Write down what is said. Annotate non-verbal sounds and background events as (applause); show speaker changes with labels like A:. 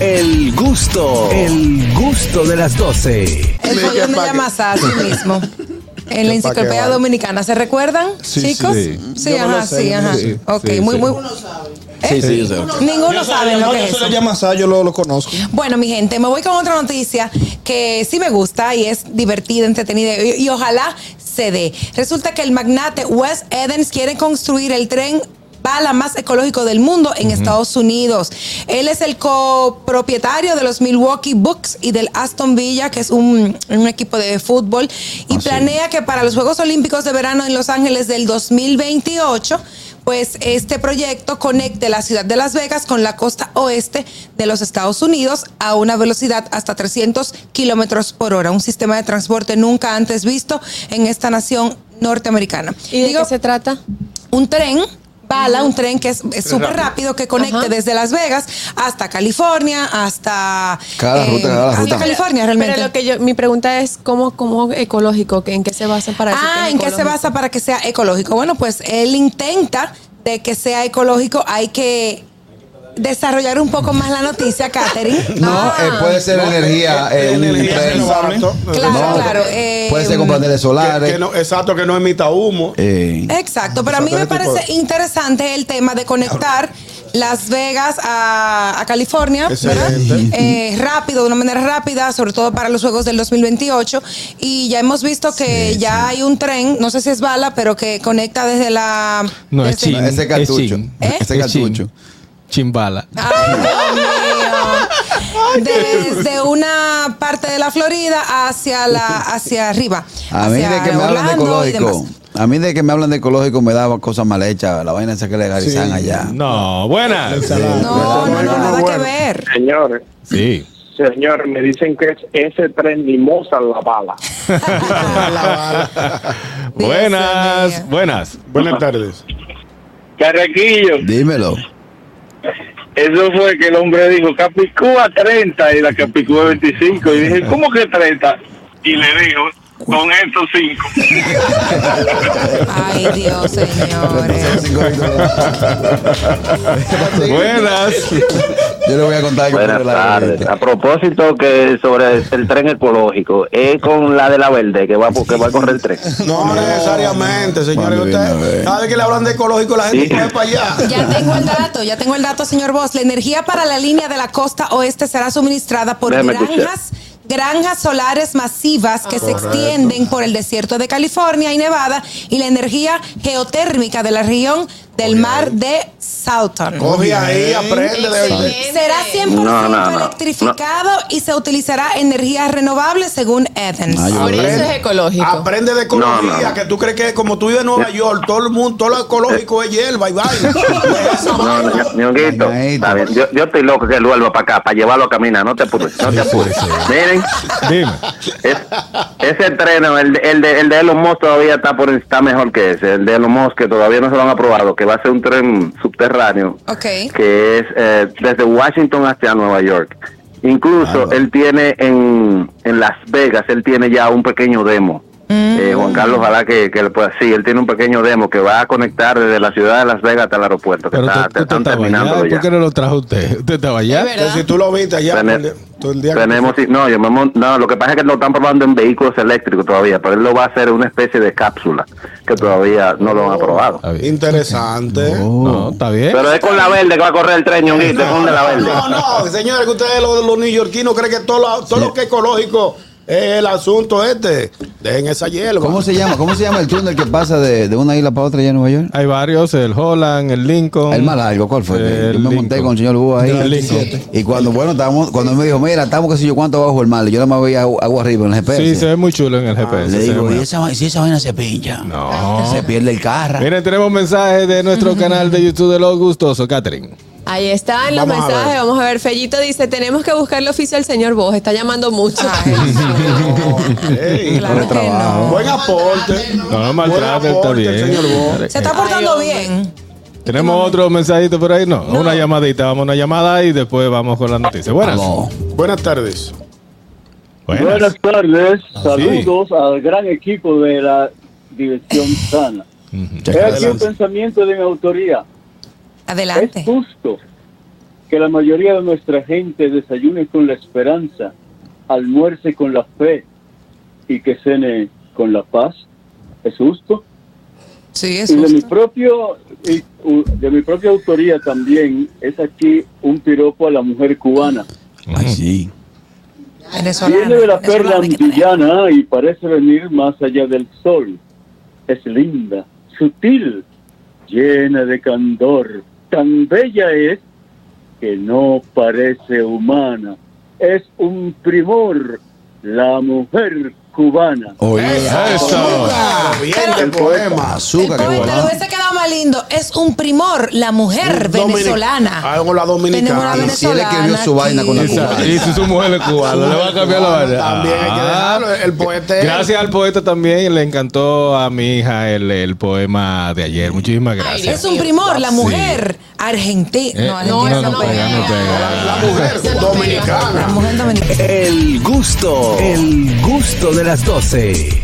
A: El gusto, el gusto de las 12.
B: Él
C: Mira,
B: pone una
C: pa' que-
B: llamada a sí
C: (laughs)
B: mismo. En la
C: Que pa' que
B: enciclopedia
C: vale.
B: dominicana, ¿se recuerdan,
C: Sí,
B: chicos?
C: sí.
B: Sí,
C: Yo me lo
B: ajá,
C: sé,
B: sí,
C: yo me
B: ajá.
C: lo sé.
B: ok,
C: Sí,
B: muy,
C: sí.
B: muy. ¿Eh?
C: Sí, sí, yo sé.
B: Ninguno sabe lo que es.
C: Yo
B: eso.
C: soy Yamasá, yo lo, lo conozco.
B: Bueno, mi gente, me voy con otra noticia que sí me gusta y es divertida, entretenida y, y ojalá se dé. Resulta que el magnate West Edens quiere construir el tren bala más ecológico del mundo en Estados Unidos. Él es el copropietario de los Milwaukee Bucks y del Aston Villa, que es un, un equipo de fútbol, y planea que para los Juegos Olímpicos de Verano en Los Ángeles del 2028 pues este proyecto conecte la ciudad de Las Vegas con la costa oeste de los Estados Unidos a una velocidad hasta 300 kilómetros por hora, un sistema de transporte nunca antes visto en esta nación norteamericana.
D: ¿Y de
B: Digo,
D: qué se trata?
B: un tren. Bala, un tren que es es súper rápido. que conecte
D: Ajá.
B: desde Las Vegas hasta California, hasta, eh,
E: Cada ruta, cada
B: hasta
E: ruta.
B: California realmente.
D: Pero lo que yo, mi pregunta es cómo, cómo ecológico, que- en qué se basa para decir
B: Ah,
D: que es
B: ¿en qué se
D: ecológico?
B: basa para que sea ecológico? Bueno, pues él intenta de que sea ecológico, hay que desarrollar un poco más la noticia,
F: (laughs)
B: Ah, Katherine.
E: No, eh, puede ser energía,
C: eh,
E: eh, un
C: energía
E: tren.
C: renovable.
E: No,
B: Claro, claro, eh,
E: puede ser con paneles
C: Que-
E: solares.
C: que no- exacto, que no emita humo.
E: eh,
B: Exacto, pero a mí me
C: Exacto, ese tipo
B: parece interesante el tema de conectar Las Vegas a, a California, ¿verdad?
C: Excelente.
B: Eh, rápido, de una manera rápida, sobre todo para los Juegos del 2028. Y ya hemos visto que ya hay un tren, no sé si es bala, pero que conecta desde la...
F: No, es
B: desde-
F: chin.
E: Ese cartucho.
F: Es chin.
B: ¿Eh?
E: Ese
F: Es chin.
E: cartucho.
F: Chimbala.
B: Ay, Dios mío. Desde una parte de la Florida hacia la hacia arriba.
E: A mí de
B: hacia
E: que me hablan de
B: Orlando y
E: ecológico.
B: demás.
E: A mí de que me hablan de ecológico me da cosas mal hechas. La vaina esa que legalizan
C: Sí.
E: allá.
F: No, buena.
C: Ensalada.
B: No, no, no,
G: Bueno,
B: nada que
G: bueno.
B: ver.
G: Señores,
F: Sí.
G: señores, me dicen que es ese tren mimosa la bala.
B: Dios
F: (laughs) Buenas,
B: mío.
F: buenas.
C: Buenas tardes.
G: Carrequillo,
E: Dímelo.
G: eso fue que el hombre dijo Capicúa 30 y la Capicúa 25. Y dije, ¿cómo que 30? Y le dijo, con estos 5.
B: Ay, Dios, señores.
F: Buenas.
E: Yo le voy a contar que
H: Buenas
E: fue la Ah,
H: tardes.
E: verdadera.
H: A propósito que sobre el tren ecológico, es con la de la verde que va, que va a correr el tren.
C: No, necesariamente, señores.
E: Mami, viene a ver.
C: Ustedes saben que le hablan de ecológico, la gente
H: Sí.
C: coge para
H: (laughs)
C: allá.
B: Ya tengo el dato, ya tengo el dato, señor Boss. La energía para la línea de la costa oeste será suministrada por
H: Déjame escuchar. Ah.
B: granjas, granjas solares masivas que se extienden por el desierto de California y Nevada y la energía geotérmica de la región del mar de Salton.
C: Coge ahí, aprende. De,
D: Excelente.
B: Será 100%
H: No, no, no.
B: electrificado y se utilizará energía renovable según Edens.
E: Ah, yo
D: Por eso es ecológico.
C: aprende de ecología,
H: No, no, no.
C: que tú crees que como tú vives en Nueva York, todo el mundo, todo lo ecológico es hierba y
H: (laughs)
C: vaina. Esa
H: No,
C: vaina.
H: no, ñonguito,
E: Ay,
H: está bien. Yo, yo estoy loco que él vuelva para acá, para llevarlo a caminar. No te apures, no te apures. Miren,
F: Dime.
H: es- ese tren, el, de- el, de, el de Elon Musk todavía está, por, está mejor que ese. El de Elon Musk que todavía no se lo han aprobado, que va a ser un tren subterráneo (laughs)
B: Ok.
H: que es eh, desde Washington hasta Nueva York. Incluso él tiene en, en Las Vegas, él tiene ya un pequeño demo. Eh, Juan Carlos, ojalá que, que le pueda. Sí, él tiene un pequeño demo que va a conectar desde la ciudad de Las Vegas hasta el aeropuerto, que
F: Pero
H: está,
F: usted, usted
H: están
F: estaba allá.
H: terminándolo ya.
F: ¿Por qué no lo trajo usted? (laughs) ¿Usted estaba allá?
C: Entonces, si tú lo viste allá,
H: Tene-
C: todo el- todo el día que-
H: tenemos, sí, no, yo me mon- no, lo que pasa es que lo están probando en vehículos eléctricos todavía, pero él lo va a hacer en una especie de cápsula que todavía no lo han aprobado.
F: Está bien. Oh.
C: Interesante.
F: No, está bien.
H: Pero es con la verde que va a correr el tren, ñonguito, es con la verde.
C: Eh, No, no, señores, que ustedes los, los neoyorquinos creen que todo lo, todo lo que es ecológico es el asunto este. Dejen esa hierba.
E: ¿Cómo se llama? ¿Cómo se llama el túnel que pasa de, de una isla para otra allá en Nueva York?
F: Hay varios, el Holland, el Lincoln.
E: El más largo, ¿cuál fue?
F: El
E: yo me monté
F: Lincoln.
E: con el señor Búho ahí.
F: El Lincoln.
E: Y cuando, bueno, estábamos, cuando él me dijo, mira, estamos qué sé yo cuánto abajo del mar, yo nada más veía agua, agua arriba en el GPS.
F: Sí, se ve muy chulo en el
E: Ah, Le
F: GPS. se ve
E: digo,
F: bueno.
E: ¿y esa, va- si esa vaina se pincha?
F: No.
E: Se pierde el carro.
F: Miren, tenemos mensajes de nuestro canal de YouTube de Los Gustosos, Catherine.
D: Ahí están los
C: Vamos a
D: mensajes.
C: ver.
D: Vamos a ver. Fellito dice: Tenemos que buscarle oficio al señor Vos. Está llamando mucho.
C: Ey,
B: Claro que no.
C: Buen aporte.
F: No lo maltrate,
C: Buen
F: está
C: aporte,
F: bien.
C: señor Bo.
B: Se está portando bien.
F: Tenemos otro mensajito por ahí, no, Una llamadita, vamos a una llamada y después vamos con las noticias. Buenas.
E: No.
C: Buenas tardes.
F: Buenas.
I: tardes,
F: Saludos
I: al gran equipo de la Diversión Sana.
E: Muchas gracias.
I: pensamiento de mi autoría.
B: Adelante.
I: justo
H: que la mayoría de nuestra gente desayune con la esperanza, almuerce con la fe y que cene con la paz. ¿Es justo?
B: Sí, es
H: Y de mi
B: justo.
H: propio y, u- de mi propia autoría también es aquí un piropo a la mujer cubana.
E: Ay, sí.
H: Viene de la
B: Venezolana.
H: perla
B: venezolana que tenemos.
H: antillana y parece venir más allá del sol. Es linda, sutil, llena de candor. Tan bella es que no parece humana. Es un primor, la mujer cubana.
E: Oye,
F: Eso.
C: Azúcar, bien
B: Pero-
C: del poema.
E: azúcar
B: El
E: que
B: poeta lo
E: guarda.
B: hubiese quedado más lindo. Es un primor, la mujer
C: Dominic-
B: venezolana.
C: Ah, con la dominicana.
B: Tenemos la
E: Y si él escribió su
B: venezolana
E: vaina con la
B: aquí.
E: cubana.
F: Esa- Y si su mujer es cubana, le va a cambiar la vaina.
C: Ah, También hay que
F: Ah,
C: dejarlo, eh. el poeta es-
F: Gracias al poeta también, le encantó a mi hija el, el poema de ayer. Muchísimas gracias.
B: Es un primor, la mujer argentina.
F: Eh,
B: no, esa no, pega.
F: no pega.
C: La mujer dominicana.
B: La mujer dominicana.
I: El gusto, el gusto de las 12.